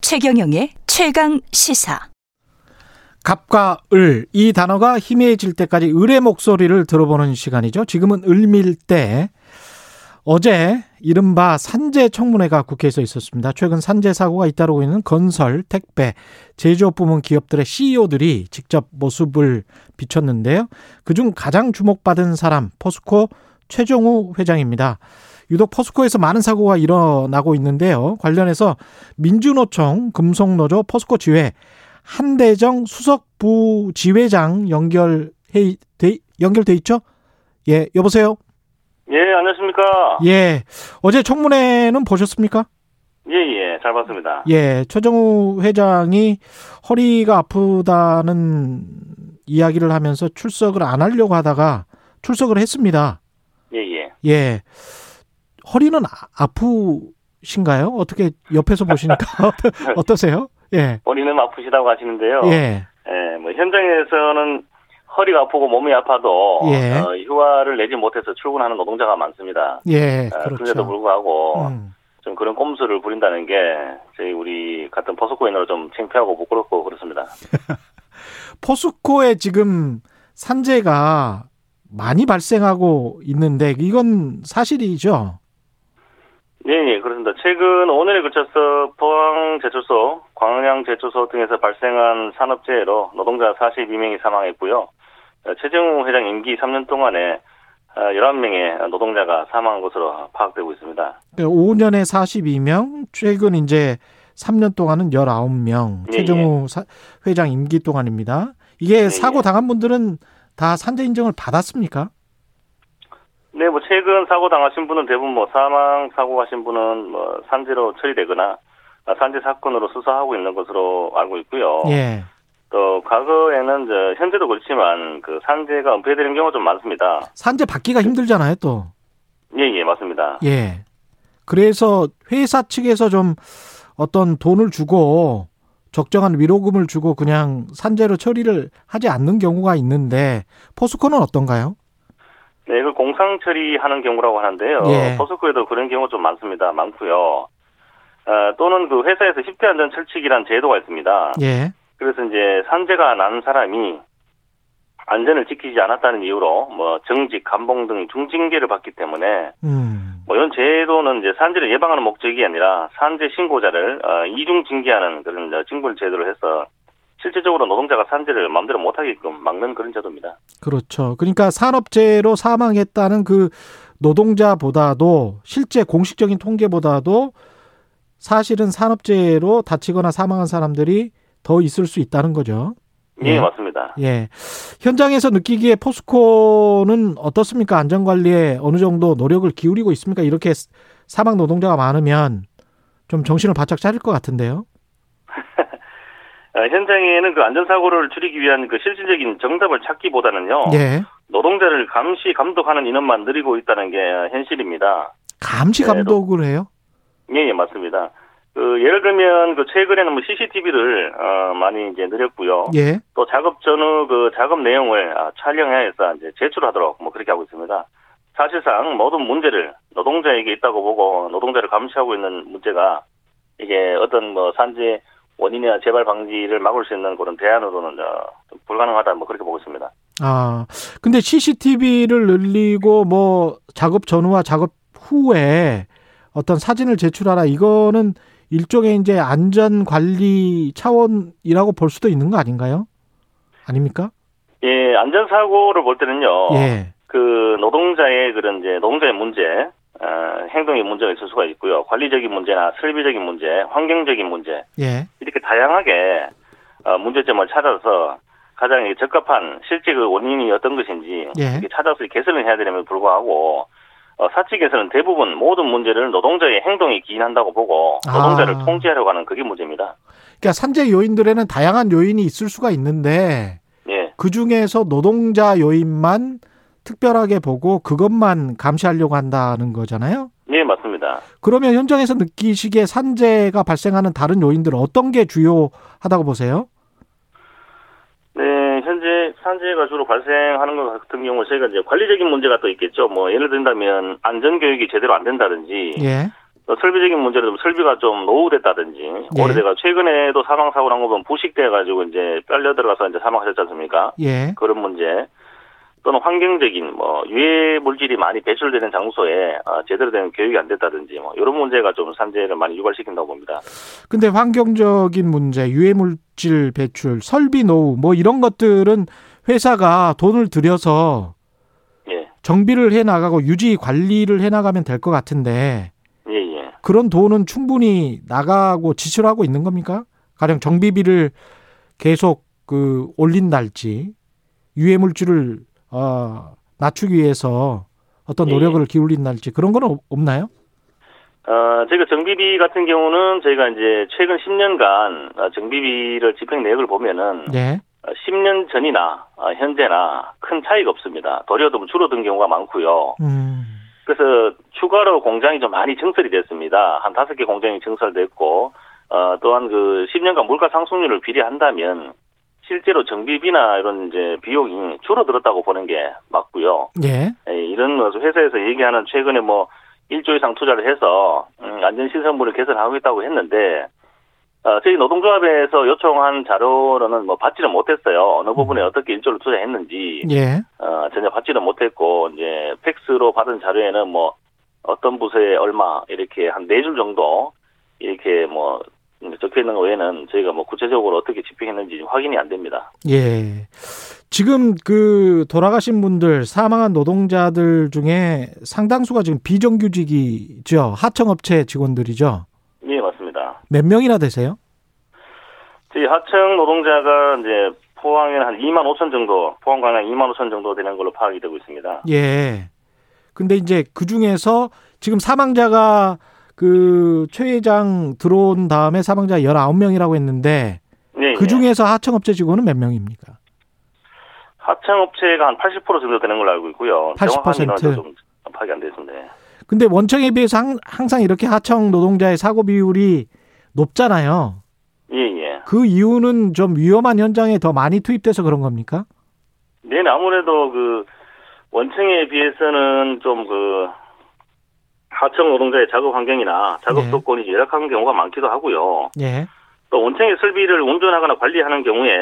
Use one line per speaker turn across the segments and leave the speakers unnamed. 최경영의 최강 시사.
갑과 을, 이 단어가 희미해질 때까지 을의 목소리를 들어보는 시간이죠. 지금은 을밀 때. 어제 이른바 산재 청문회가 국회에서 있었습니다. 최근 산재 사고가 잇따르고 있는 건설, 택배, 제조업 부문 기업들의 CEO들이 직접 모습을 비췄는데요. 그중 가장 주목받은 사람 포스코 최종우 회장입니다. 유독 포스코에서 많은 사고가 일어나고 있는데요. 관련해서 민주노총 금속노조 포스코 지회 한대정 수석부 지회장 연결해 돼, 연결돼 있죠? 예, 여보세요.
예, 안녕하십니까.
예, 어제 청문회는 보셨습니까?
예, 예, 잘 봤습니다.
예, 최정우 회장이 허리가 아프다는 이야기를 하면서 출석을 안 하려고 하다가 출석을 했습니다.
예, 예.
예, 허리는 아- 아프신가요? 어떻게 옆에서 보시니까 어떠세요? 예,
본인은 아프시다고 하시는데요.
예,
예, 뭐 현장에서는 허리가 아프고 몸이 아파도
예.
어, 휴가를 내지 못해서 출근하는 노동자가 많습니다.
예,
어, 그런데도
그렇죠.
불구하고
음,
좀 그런 꼼수를 부린다는 게 저희 우리 같은 포스코인으로 좀 창피하고 부끄럽고 그렇습니다.
포스코에 지금 산재가 많이 발생하고 있는데 이건 사실이죠.
예, 예, 그렇습니다. 최근 5년에 걸쳐서 포항제철소, 광양제철소 등에서 발생한 산업재해로 노동자 42명이 사망했고요. 어, 최정우 회장 임기 3년 동안에 어, 11명의 노동자가 사망한 것으로 파악되고 있습니다.
그 5년에 42명, 최근 이제 3년 동안은 19명.
예,
최정우 사- 회장 임기 동안입니다. 이게
예,
사고
예.
당한 분들은 다 산재 인정을 받았습니까?
네, 뭐 최근 사고 당하신 분은 대부분 뭐 사망 사고 하신 분은 뭐 산재로 처리되거나 아, 산재 사건으로 수사하고 있는 것으로 알고 있고요.
예.
또 과거에는 이제 현재도 그렇지만 그 산재가 은폐되는 경우가 좀 많습니다.
산재 받기가 힘들잖아요, 또.
예, 예, 맞습니다.
예. 그래서 회사 측에서 좀 어떤 돈을 주고 적정한 위로금을 주고 그냥 산재로 처리를 하지 않는 경우가 있는데 포스코는 어떤가요?
네, 이걸 공상 처리하는 경우라고 하는데요.
예.
포스코에도 그런 경우 좀 많습니다. 많고요. 어, 또는 그 회사에서 10대 안전 철칙이라는 제도가 있습니다.
예.
그래서 이제 산재가 난 사람이 안전을 지키지 않았다는 이유로 뭐 정직, 감봉 등 중징계를 받기 때문에
음.
뭐 이런 제도는 이제 산재를 예방하는 목적이 아니라 산재 신고자를 어, 이중 징계하는 그런 어, 징벌 제도를 해서 실제적으로 노동자가 산재를 마음대로 못하게끔 막는 그런 제도입니다.
그렇죠. 그러니까 산업재해로 사망했다는 그 노동자보다도 실제 공식적인 통계보다도 사실은 산업재해로 다치거나 사망한 사람들이 더 있을 수 있다는 거죠.
예,
예.
맞습니다.
예. 현장에서 느끼기에 포스코는 어떻습니까? 안전관리에 어느 정도 노력을 기울이고 있습니까? 이렇게 스- 사망 노동자가 많으면 좀 정신을 바짝 차릴 것 같은데요.
어, 현장에는 그 안전사고를 줄이기 위한 그 실질적인 정답을 찾기보다는요,
예.
노동자를 감시, 감독하는 인원만 늘리고 있다는 게 현실입니다.
감시
네,
감독을 해요?
예, 예, 맞습니다. 그, 예를 들면, 그, 최근에는 뭐 CCTV를, 어, 많이 이제 늘렸고요.
예.
또 작업 전후 그 작업 내용을 아, 촬영해서 이제 제출하도록 뭐 그렇게 하고 있습니다. 사실상 모든 문제를 노동자에게 있다고 보고 노동자를 감시하고 있는 문제가 이게 어떤 뭐 산재 원인이나 재발 방지를 막을 수 있는 그런 대안으로는 어, 좀 불가능하다 뭐 그렇게 보고 있습니다.
아. 근데 CCTV를 늘리고 뭐 작업 전후와 작업 후에 어떤 사진을 제출하라 이거는 일종의 이제 안전 관리 차원이라고 볼 수도 있는 거 아닌가요? 아닙니까?
예, 안전사고를 볼 때는요.
예.
그 노동자의 그런 이제 노동자의 문제, 어, 행동의 문제가 있을 수가 있고요. 관리적인 문제나 설비적인 문제, 환경적인 문제,
예.
이렇게 다양하게 어, 문제점을 찾아서 가장 이 적합한 실제 그 원인이 어떤 것인지
예.
이렇게 찾아서 개선을 해야 되면 불구하고 어, 사측에서는 대부분 모든 문제를 노동자의 행동이 기인한다고 보고
아.
노동자를 통제하려고 하는 그게 문제입니다.
그러니까 산재 요인들에는 다양한 요인이 있을 수가 있는데
예,
그 중에서 노동자 요인만 특별하게 보고 그것만 감시하려고 한다는 거잖아요.
예 맞습니다.
그러면 현장에서 느끼시기에 산재가 발생하는 다른 요인들 어떤 게 주요하다고 보세요?
네, 현재 산재가 주로 발생하는 것 같은 경우 저희가 이제 관리적인 문제가 또 있겠죠. 뭐 예를 든다면 안전 교육이 제대로 안 된다든지
예,
또 또 설비적인 문제로 좀 설비가 좀 노후됐다든지
네.
오래돼가 최근에도 사망 사고 난 거 보면 부식돼가지고 이제 빨려 들어가서 이제 사망하셨지 않습니까?
예.
그런 문제 또는 환경적인 뭐 유해 물질이 많이 배출되는 장소에 아, 제대로 된 교육이 안 됐다든지 뭐 이런 문제가 좀 산재를 많이 유발시킨다고 봅니다.
근데 환경적인 문제, 유해 물질 배출, 설비 노후 뭐 이런 것들은 회사가 돈을 들여서
예,
정비를 해 나가고 유지 관리를 해 나가면 될 것 같은데
예, 예.
그런 돈은 충분히 나가고 지출하고 있는 겁니까? 가령 정비비를 계속 그 올린달지 유해 물질을 어, 낮추기 위해서 어떤
예.
노력을 기울인달지 그런 건 없- 없나요?
어, 저희가 정비비 같은 경우는 저희가 이제 최근 10년간 어, 정비비를 집행 내역을 보면은
네.
어, 10년 전이나 어, 현재나 큰 차이가 없습니다. 도리어 좀 줄어든 경우가 많고요.
음.
그래서 추가로 공장이 좀 많이 증설이 됐습니다. 한 다섯 개 공장이 증설됐고, 어, 또한 그 10년간 물가 상승률을 비례한다면 실제로 정비비나 이런 이제 비용이 줄어들었다고 보는 게 맞고요.
예.
예, 이런 거 회사에서 얘기하는 최근에 뭐 1조 이상 투자를 해서 음, 안전시설물을 개선하겠다고 했는데 어, 저희 노동조합에서 요청한 자료로는 뭐 받지는 못했어요. 어느 부분에 어떻게 1조를 투자했는지
예.
어, 전혀 받지는 못했고 이제 팩스로 받은 자료에는 뭐 어떤 부서에 얼마 이렇게 한 네 줄 정도 이렇게 뭐 적혀 있는 것 외에는 저희가 뭐 구체적으로 어떻게 집행했는지 확인이 안 됩니다.
예. 지금 그 돌아가신 분들, 사망한 노동자들 중에 상당수가 지금 비정규직이죠. 하청업체 직원들이죠.
네 맞습니다.
몇 명이나 되세요?
저희 하청 노동자가 이제 포항에 한 2만 5천 정도, 포항 광양 2만 5천 정도 되는 걸로 파악이 되고 있습니다.
예. 근데 이제 그 중에서 지금 사망자가 그 최 회장 들어온 다음에 사망자 19명이라고 했는데
예,
그
예.
중에서 하청업체 직원은 몇 명입니까?
하청 업체가 한 80% 정도 되는 걸로 알고 있고요.
80%?
정확한 인원은 좀 파악이 안 됐습니다. 예.
근데 원청에 비해서 항- 항상 이렇게 하청 노동자의 사고 비율이 높잖아요.
예, 예.
그 이유는 좀 위험한 현장에 더 많이 투입돼서 그런 겁니까?
네, 아무래도 그 원청에 비해서는 좀 그 하청 노동자의 작업 환경이나 작업
네.
조건이 열악한 경우가 많기도 하고요.
예.
또 원청의 설비를 운전하거나 관리하는 경우에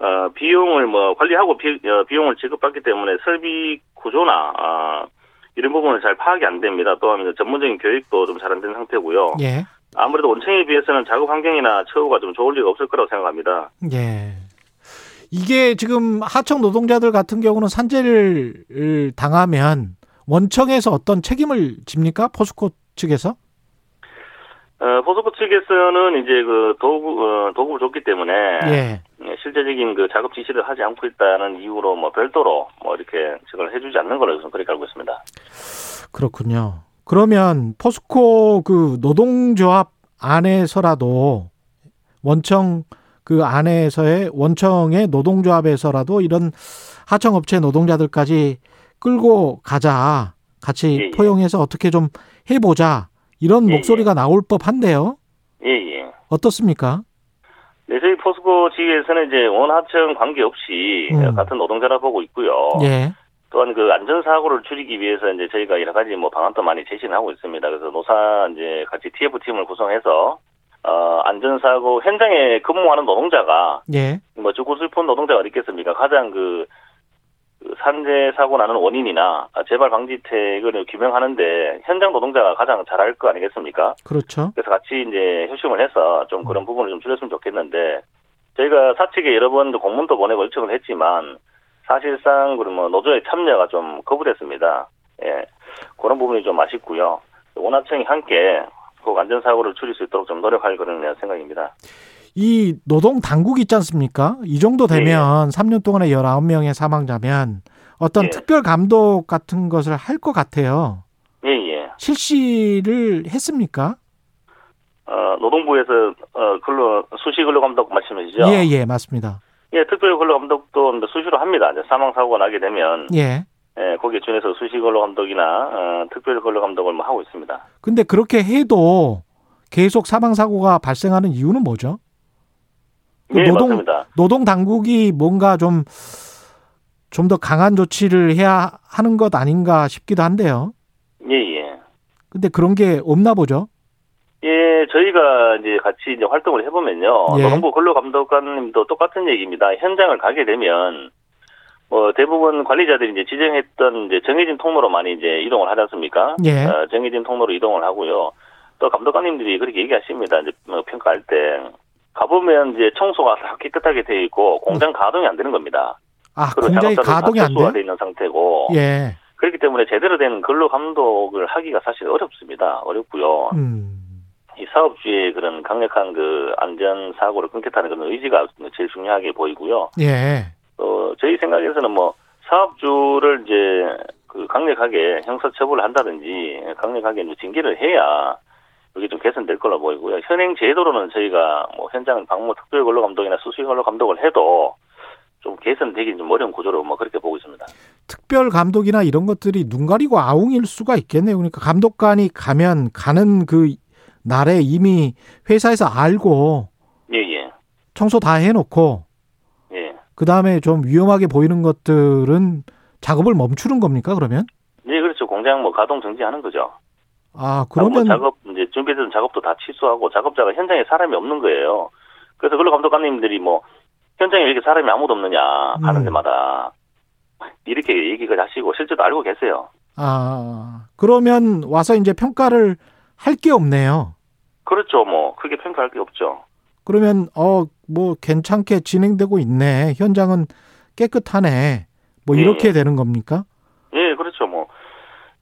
어, 비용을 뭐 관리하고 비, 용을 지급받기 때문에 설비 구조나 아, 이런 부분을 잘 파악이 안 됩니다. 또한 이제 전문적인 교육도 좀 잘 안 된 상태고요.
예.
아무래도 원청에 비해서는 작업 환경이나 처우가 좀 좋을 리가 없을 거라고 생각합니다.
예. 이게 지금 하청 노동자들 같은 경우는 산재를 을, 당하면 원청에서 어떤 책임을 집니까? 포스코 측에서?
어, 포스코 측에서는 이제 그 도구 어, 도구를 줬기 때문에
예.
예, 실제적인 그 작업 지시를 하지 않고 있다는 이유로 뭐 별도로 뭐 이렇게 지원을 해주지 않는 걸로 저는 그렇게 알고 있습니다.
그렇군요. 그러면 포스코 그 노동조합 안에서라도 원청 그 안에서의 원청의 노동조합에서라도 이런 하청업체 노동자들까지 끌고 가자. 같이
예, 예.
포용해서 어떻게 좀 해보자. 이런
예,
목소리가 나올 법한데요.
예 예.
어떻습니까?
네, 저희 포스코 지휘에서는 이제 원하청 관계없이
음.
같은 노동자라 보고 있고요.
예.
또한 그 안전사고를 줄이기 위해서 이제 저희가 여러 가지 뭐 방안도 많이 제시는 하고 있습니다. 그래서 노사 이제 같이 TF팀을 구성해서 어, 안전사고 현장에 근무하는 노동자가
예.
뭐 죽고 슬픈 노동자가 어디 있겠습니까? 가장 그, 그 산재 사고 나는 원인이나 아, 재발 방지책을 규명하는데 현장 노동자가 가장 잘할 거 아니겠습니까?
그렇죠.
그래서 같이 이제 협심을 해서 좀 그런 부분을 좀 줄였으면 좋겠는데 저희가 사측에 여러 번 공문도 보내고 요청을 했지만 사실상 그뭐 노조의 참여가 좀 거부됐습니다. 예, 그런 부분이 좀 아쉽고요. 원하청이 함께 꼭 안전사고를 줄일 수 있도록 좀 노력할 그런 생각입니다.
이 노동 당국 있지 않습니까? 이 정도
예,
되면 3년 동안에 19명의 사망자면 어떤
예.
특별 감독 같은 것을 할 것 같아요.
예, 예.
실시를 했습니까?
어, 노동부에서 어, 근로 수시 근로 감독 말씀이시죠?
예, 예, 맞습니다.
예, 특별 근로 감독도 수시로 합니다. 이제 사망 사고가 나게 되면
예.
예, 거기에 준해서 수시 근로 감독이나 어, 특별 근로 감독을 뭐 하고 있습니다.
근데 그렇게 해도 계속 사망 사고가 발생하는 이유는 뭐죠? 그
예,
노동-
맞습니다.
노동 당국이 뭔가 좀 좀 더 강한 조치를 해야 하는 것 아닌가 싶기도 한데요.
예, 예.
근데 그런 게 없나 보죠.
예, 저희가 이제 같이 이제 활동을 해보면요.
예.
노동부 근로감독관님도 똑같은 얘기입니다. 현장을 가게 되면, 뭐, 대부분 관리자들이 이제 지정했던 이제 정해진 통로로 많이 이제 이동을 하지 않습니까?
예.
어, 정해진 통로로 이동을 하고요. 또 감독관님들이 그렇게 얘기하십니다. 이제 뭐 평가할 때. 가보면 이제 청소가 다 깨끗하게 돼 있고, 공장 가동이 안 되는 겁니다.
아,
그리고
공장이
작업자들 다
가동이 안
퇴소가
돼?
돼 있는 상태고.
예.
그렇기 때문에 제대로 된 근로 감독을 하기가 사실 어렵습니다. 어렵고요.
음.
이 사업주의 그런 강력한 그 안전 사고를 끊겠다는 그런 의지가 제일 중요하게 보이고요.
예.
어 저희 생각에서는 뭐 사업주를 이제 그 강력하게 형사 처벌을 한다든지 강력하게 이제 징계를 해야 이게 좀 개선될 걸로 보이고요. 현행 제도로는 저희가 뭐 현장 방문 특별 근로 감독이나 수수인 근로 감독을 해도 좀 개선되기 좀 어려운 구조로 뭐 그렇게 보고 있습니다.
특별 감독이나 이런 것들이 눈 가리고 아웅일 수가 있겠네요. 그러니까 감독관이 가면 가는 그 날에 이미 회사에서 알고
예예
청소 다 해놓고
예. 예.
그 다음에 좀 위험하게 보이는 것들은 작업을 멈추는 겁니까? 그러면?
네, 그렇죠. 공장 뭐 가동 정지하는 거죠.
아,
뭐
그러면
작업 이제 준비된 작업도 다 취소하고 작업자가 현장에 사람이 없는 거예요. 그래서 근로 감독관님들이 뭐 현장에 왜 이렇게 사람이 아무도 없느냐 하는
음.
데마다 이렇게 얘기를 하시고 실제도 알고 계세요.
아, 그러면 와서 이제 평가를 할 게 없네요.
그렇죠. 뭐 크게 평가할 게 없죠.
그러면 어 뭐 괜찮게 진행되고 있네. 현장은 깨끗하네. 뭐
예,
이렇게
예.
되는 겁니까?
예, 그렇죠. 뭐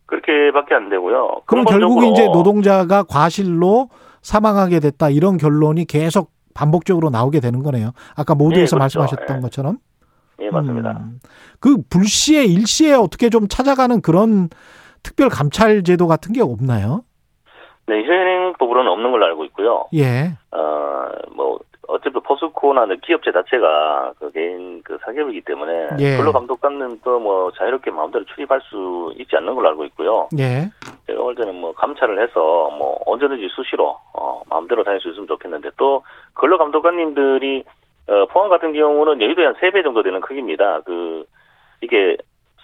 그렇게밖에 안 되고요.
그럼 결국에
근본적으로
이제 노동자가 과실로 사망하게 됐다 이런 결론이 계속 반복적으로 나오게 되는 거네요. 아까 모두에서
예, 그렇죠.
말씀하셨던
예.
것처럼.
예 맞습니다.
음, 그 불시에 일시에 어떻게 좀 찾아가는 그런 특별 감찰 제도 같은 게 없나요?
네, 현행법으로는 없는 걸로 알고 있고요.
예.
어 뭐 어차피 포스코나 기업체 자체가 그 개인 그 사기업이기 때문에
예.
근로 감독관은 또 뭐 자유롭게 마음대로 출입할 수 있지 않는 걸로 알고 있고요.
예.
제가 볼 때는 뭐 감찰을 해서 뭐 언제든지 수시로 어 마음대로 다닐 수 있으면 좋겠는데 또 근로 감독관님들이 어 포항 같은 경우는 여의도에 한 세 배 정도 되는 크기입니다. 그 이게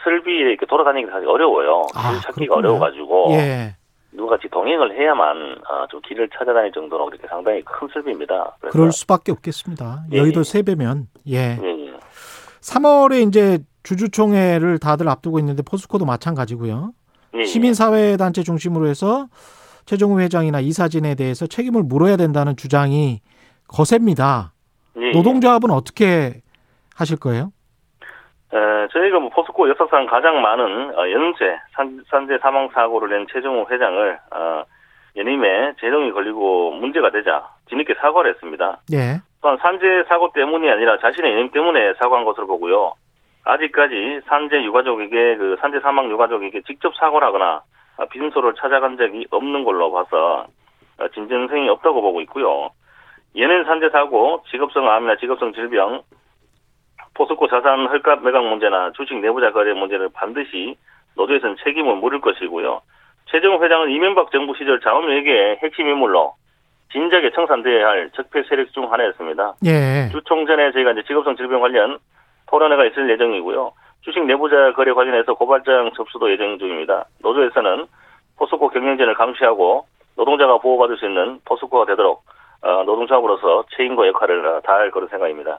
설비에 이렇게 돌아다니기 사실 어려워요.
아,
길 찾기가
그렇군요.
어려워가지고
예.
누가 같이 동행을 해야만 어, 좀 길을 찾아다닐 정도로 그렇게 상당히 큰 설비입니다. 그래서
그럴 수밖에 없겠습니다.
예,
여의도
예.
세배면 예.
예, 예.
3월에 이제 주주총회를 다들 앞두고 있는데 포스코도 마찬가지고요.
예, 예.
시민사회단체 중심으로 해서 최종우 회장이나 이사진에 대해서 책임을 물어야 된다는 주장이 거셉니다.
예, 예.
노동조합은 어떻게 하실 거예요?
에, 저희가 뭐 포스코 역사상 가장 많은 어, 연쇄 산, 산재 사망 사고를 낸 최종호 회장을 어, 연임에 재정이 걸리고 문제가 되자 뒤늦게 사과를 했습니다.
예.
또한 어, 산재 사고 때문이 아니라 자신의 연임 때문에 사과한 것으로 보고요. 아직까지 산재 유가족에게 그 산재 사망 유가족에게 직접 사과하거나 빈소를 찾아간 적이 없는 걸로 봐서 어, 진전성이 없다고 보고 있고요. 연인 산재 사고, 직업성 암이나 직업성 질병, 포스코 자산 헐값 매각 문제나 주식 내부자 거래 문제를 반드시 노조에서는 책임을 물을 것이고요. 최종 회장은 이명박 정부 시절 자원외교의 핵심 인물로 진작에 청산돼야 할 적폐 세력 중 하나였습니다.
예.
주총 전에 저희가 이제 직업성 질병 관련 토론회가 있을 예정이고요. 주식 내부자 거래 관련해서 고발장 접수도 예정 중입니다. 노조에서는 포스코 경영진을 감시하고 노동자가 보호받을 수 있는 포스코가 되도록 어, 노동조합으로서 책임과 역할을 어, 다할 그런 생각입니다.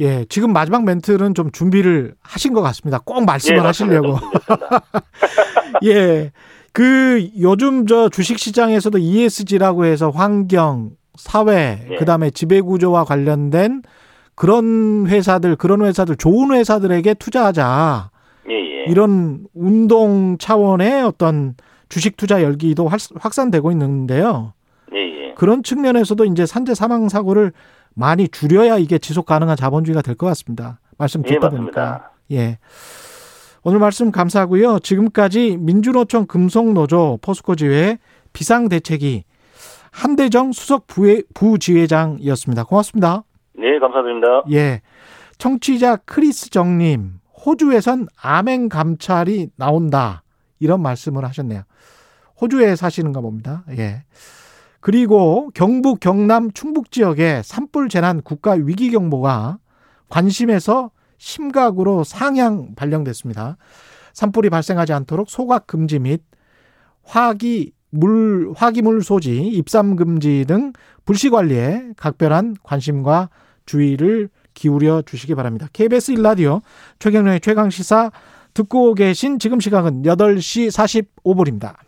예. 지금 마지막 멘트는 좀 준비를 하신 것 같습니다. 꼭 말씀을
예, 맞습니다.
하시려고.
좀 준비했습니다.
예. 그 요즘 저 주식 시장에서도 ESG라고 해서 환경, 사회,
예.
그다음에 지배 구조와 관련된 그런 회사들, 그런 회사들 좋은 회사들에게 투자하자.
예, 예.
이런 운동 차원의 어떤 주식 투자 열기도 활- 확산되고 있는데요.
예, 예.
그런 측면에서도 이제 산재 사망 사고를 많이 줄여야 이게 지속 가능한 자본주의가 될 것 같습니다. 말씀
예,
듣다 보니까.
맞습니다.
예. 오늘 말씀 감사하고요. 지금까지 민주노총 금속노조 포스코지회 비상대책위 한대정 수석 부회- 부지회장이었습니다. 고맙습니다.
예, 감사드립니다.
예. 청취자 크리스 정님, 호주에선 암행 감찰이 나온다. 이런 말씀을 하셨네요. 호주에 사시는가 봅니다. 예. 그리고 경북, 경남, 충북 지역에 산불 재난 국가 위기 경보가 관심에서 심각으로 상향 발령됐습니다. 산불이 발생하지 않도록 소각 금지 및 화기 물 화기물 소지, 입삼 금지 등 불시 관리에 각별한 관심과 주의를 기울여 주시기 바랍니다. KBS 1라디오 최경련의 최강 시사 듣고 계신 지금 시각은 8시 45분입니다.